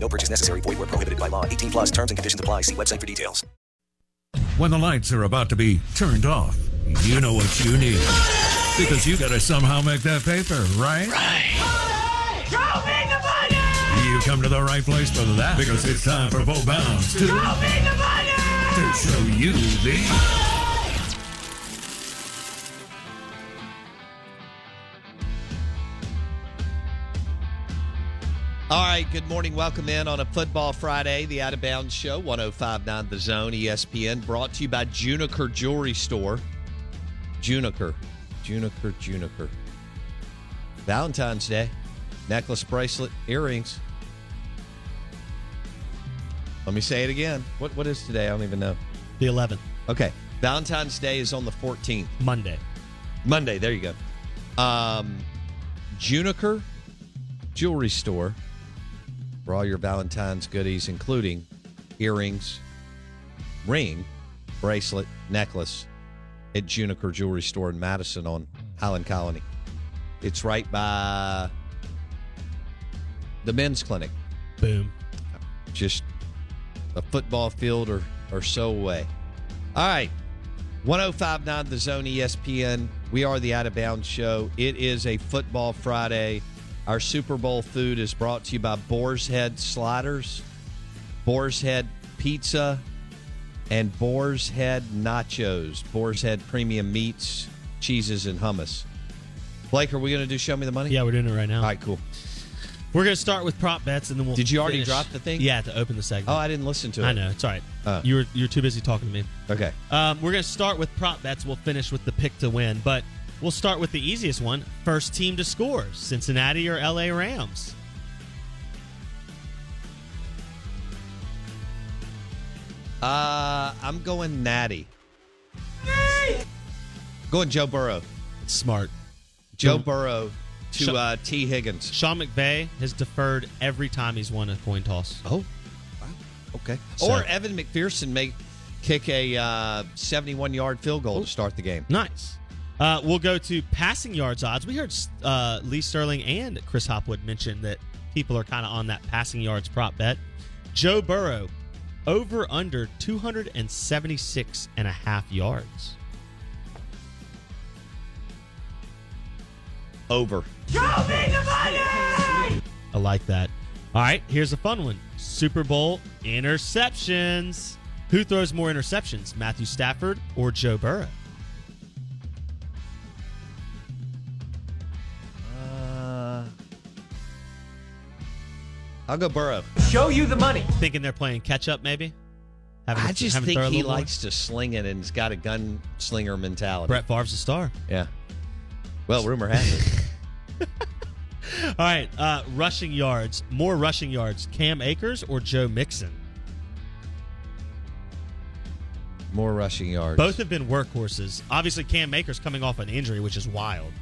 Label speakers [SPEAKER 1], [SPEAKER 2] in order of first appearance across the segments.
[SPEAKER 1] No purchase necessary. Void where prohibited by law. 18 plus terms and conditions apply. See website for details.
[SPEAKER 2] When the lights are about to be turned off, you know what you need. Because you gotta somehow make that paper, right?
[SPEAKER 3] Show me the money!
[SPEAKER 2] You come to the right place for that. Because it's time for Bo Bounds to,
[SPEAKER 3] Show
[SPEAKER 2] to
[SPEAKER 3] me the money!
[SPEAKER 2] show you the.
[SPEAKER 4] All right, good morning. Welcome in on a Football Friday, the Out of Bounds Show, 1059 The Zone, E ESPN, brought to you by Juniker Jewelry Store. Juniker, Juniker, Juniker. Valentine's Day, necklace, bracelet, earrings. Let me say it again. What What is today? I don't even know.
[SPEAKER 5] The 11th,
[SPEAKER 4] Okay, Valentine's Day is on the 14th.
[SPEAKER 5] Monday.
[SPEAKER 4] Monday. There you go. Um, Juniker Jewelry Store for all your Valentine's goodies, including earrings, ring, bracelet, necklace at Juniker Jewelry Store in Madison on Highland Colony. It's right by the men's clinic,
[SPEAKER 5] Boom.
[SPEAKER 4] just a football field or, or so away. All right. 1059 The Zone E ESPN. We are the Out of Bounds Show. It is a Football Friday. Our Super Bowl food is brought to you by Boar's Head Sliders, Boar's Head Pizza, and Boar's Head Nachos, Boar's Head Premium Meats, Cheeses, and Hummus. Blake, are we going to do Show Me the Money?
[SPEAKER 5] Yeah, we're doing it right now.
[SPEAKER 4] All right, cool.
[SPEAKER 5] We're gonna start with prop bets, and then we'll.
[SPEAKER 4] Did you already
[SPEAKER 5] finish-
[SPEAKER 4] drop the thing?
[SPEAKER 5] Yeah, to open the segment.
[SPEAKER 4] Oh, I didn't listen to it.
[SPEAKER 5] I know. It's all right.
[SPEAKER 4] Oh.
[SPEAKER 5] you were you're too busy talking to me.
[SPEAKER 4] Okay.
[SPEAKER 5] Um, we're gonna start with prop bets. We'll finish with the pick to win, but we'll start with the easiest one: first team to score, Cincinnati or L.A. Rams.
[SPEAKER 4] Uh, I'm going Natty. Going Joe Burrow.
[SPEAKER 5] Smart.
[SPEAKER 4] Joe
[SPEAKER 5] Mm.
[SPEAKER 4] Burrow
[SPEAKER 5] Sh-
[SPEAKER 4] to uh, T. Higgins.
[SPEAKER 5] Sean McVay has deferred every time he's won a coin toss.
[SPEAKER 4] Oh, wow. Okay.
[SPEAKER 5] So-
[SPEAKER 4] Or Evan McPherson may kick a 71 yard field goal to start the game.
[SPEAKER 5] Nice. Uh, we'll go to passing yards odds. We heard uh, Lee Sterling and Chris Hopwood mention that people are kind of on that passing yards prop bet. Joe Burrow, over under 276 and a half yards.
[SPEAKER 4] Over.
[SPEAKER 3] Show me the money!
[SPEAKER 5] I like that. All right, here's a fun one Super Bowl interceptions. Who throws more interceptions, Matthew Stafford or Joe Burrow?
[SPEAKER 4] Uh, I'll go Burrow.
[SPEAKER 3] Show you the money!
[SPEAKER 5] Thinking they're playing catch up, maybe? Having
[SPEAKER 4] I
[SPEAKER 5] to-
[SPEAKER 4] just
[SPEAKER 5] having to
[SPEAKER 4] think
[SPEAKER 5] throw a
[SPEAKER 4] he
[SPEAKER 5] little more?
[SPEAKER 4] likes to sling it and he's got a gunslinger mentality.
[SPEAKER 5] Brett Favre's a star.
[SPEAKER 4] Yeah. Well, rumor has it.
[SPEAKER 5] All right, uh, rushing yards. More rushing yards. Cam Akers or Joe Mixon?
[SPEAKER 4] More rushing yards.
[SPEAKER 5] Both have been workhorses. Obviously, Cam Akers coming off an injury, which is wild.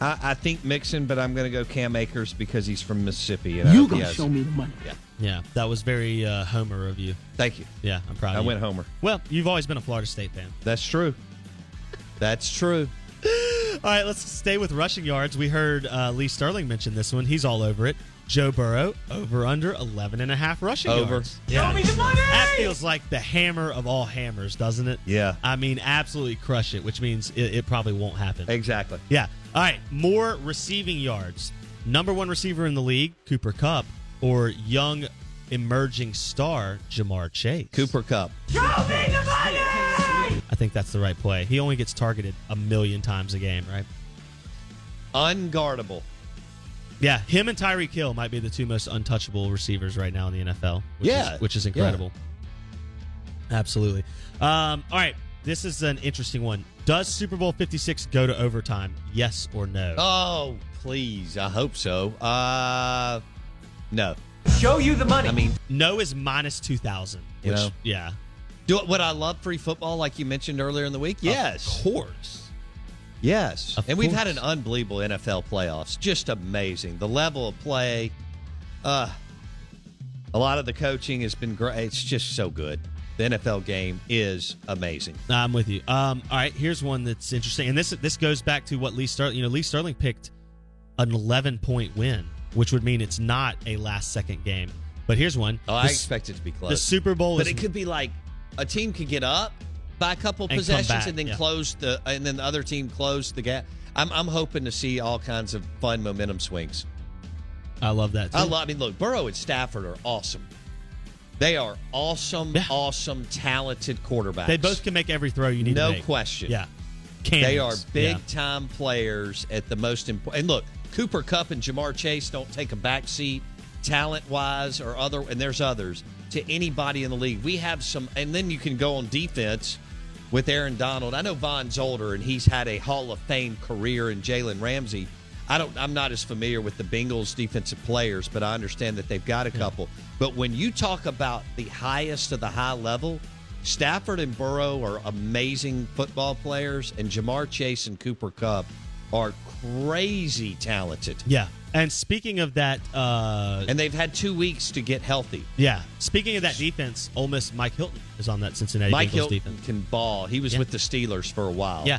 [SPEAKER 4] I, I think Mixon, but I'm going to go Cam Akers because he's from Mississippi. And you going to show me the money. Yeah.
[SPEAKER 5] Yeah, that was very uh, Homer of you.
[SPEAKER 4] Thank you.
[SPEAKER 5] Yeah, I'm proud.
[SPEAKER 4] I
[SPEAKER 5] of you.
[SPEAKER 4] went Homer.
[SPEAKER 5] Well, you've always been a Florida State fan.
[SPEAKER 4] That's true. That's true.
[SPEAKER 5] All right, let's stay with rushing yards. We heard uh, Lee Sterling mention this one. He's all over it. Joe Burrow over under 11 and a half rushing
[SPEAKER 4] Over.
[SPEAKER 5] yards.
[SPEAKER 3] Show me the money!
[SPEAKER 5] That feels like the hammer of all hammers, doesn't it?
[SPEAKER 4] Yeah.
[SPEAKER 5] I mean, absolutely crush it, which means it, it probably won't happen.
[SPEAKER 4] Exactly.
[SPEAKER 5] Yeah. All right. More receiving yards. Number one receiver in the league, Cooper Cup, or young emerging star, Jamar Chase.
[SPEAKER 4] Cooper Cup.
[SPEAKER 3] Show me the money!
[SPEAKER 5] I think that's the right play. He only gets targeted a million times a game, right?
[SPEAKER 4] Unguardable.
[SPEAKER 5] Yeah. Him and Tyreek Hill might be the two most untouchable receivers right now in the NFL. Which
[SPEAKER 4] Yeah.
[SPEAKER 5] Is, which is
[SPEAKER 4] Yeah.
[SPEAKER 5] incredible. Absolutely. Um, all right. This is an interesting one. Does Super Bowl 56 go to overtime? Yes or no?
[SPEAKER 4] Oh, please. I hope so. Uh no.
[SPEAKER 3] Show you the money!
[SPEAKER 4] I mean,
[SPEAKER 5] No is minus 2,000.
[SPEAKER 4] You
[SPEAKER 5] Which,
[SPEAKER 4] know.
[SPEAKER 5] yeah.
[SPEAKER 4] do would I love free football like you mentioned earlier in the week? Yes.
[SPEAKER 5] Of course.
[SPEAKER 4] Yes.
[SPEAKER 5] Of
[SPEAKER 4] and we've had
[SPEAKER 5] course.
[SPEAKER 4] an unbelievable NFL playoffs. Just amazing. The level of play. Uh a lot of the coaching has been great. It's just so good. The NFL game is amazing.
[SPEAKER 5] No, I'm with you. Um, all right, here's one that's interesting, and this this goes back to what Lee Sterling. You know, Lee Sterling picked an 11 point win, which would mean it's not a last second game. But here's one.
[SPEAKER 4] Oh, I
[SPEAKER 5] The s-
[SPEAKER 4] expect it to be close.
[SPEAKER 5] the Super Bowl
[SPEAKER 4] but
[SPEAKER 5] is
[SPEAKER 4] it could be like a team could get up by a couple
[SPEAKER 5] come
[SPEAKER 4] possessions
[SPEAKER 5] back,
[SPEAKER 4] and then
[SPEAKER 5] yeah.
[SPEAKER 4] close the and then the other team close the gap. I'm I'm hoping to see all kinds of fun momentum swings.
[SPEAKER 5] I love that. Too.
[SPEAKER 4] I love. I mean, look, Burrow and Stafford are awesome. They are awesome,
[SPEAKER 5] Yeah.
[SPEAKER 4] awesome, talented quarterbacks.
[SPEAKER 5] They both can make every throw you need.
[SPEAKER 4] No
[SPEAKER 5] to make.
[SPEAKER 4] question.
[SPEAKER 5] Yeah,
[SPEAKER 4] They are
[SPEAKER 5] Cannons.
[SPEAKER 4] big
[SPEAKER 5] Yeah.
[SPEAKER 4] time players at the most important. And look, Cooper Cup and Jamar Chase don't take a back seat talent wise or other, and there's others to anybody in the league. We have some, and then you can go on defense with Aaron Donald. I know Von's older and he's had a Hall of Fame career in Jalen Ramsey. I don't. I'm not as familiar with the Bengals defensive players, but I understand that they've got a couple. But when you talk about the highest of the high level, Stafford and Burrow are amazing football players, and Jamar Chase and Cooper Cup are crazy talented.
[SPEAKER 5] Yeah. And speaking of that, uh,
[SPEAKER 4] And they've had two weeks to get healthy.
[SPEAKER 5] yeah. Speaking of that defense, Ole Miss Mike Hilton is on that Cincinnati
[SPEAKER 4] Mike
[SPEAKER 5] Bengals
[SPEAKER 4] Hilton
[SPEAKER 5] defense.
[SPEAKER 4] can ball. He was
[SPEAKER 5] Yeah.
[SPEAKER 4] with the Steelers for a while.
[SPEAKER 5] Yeah.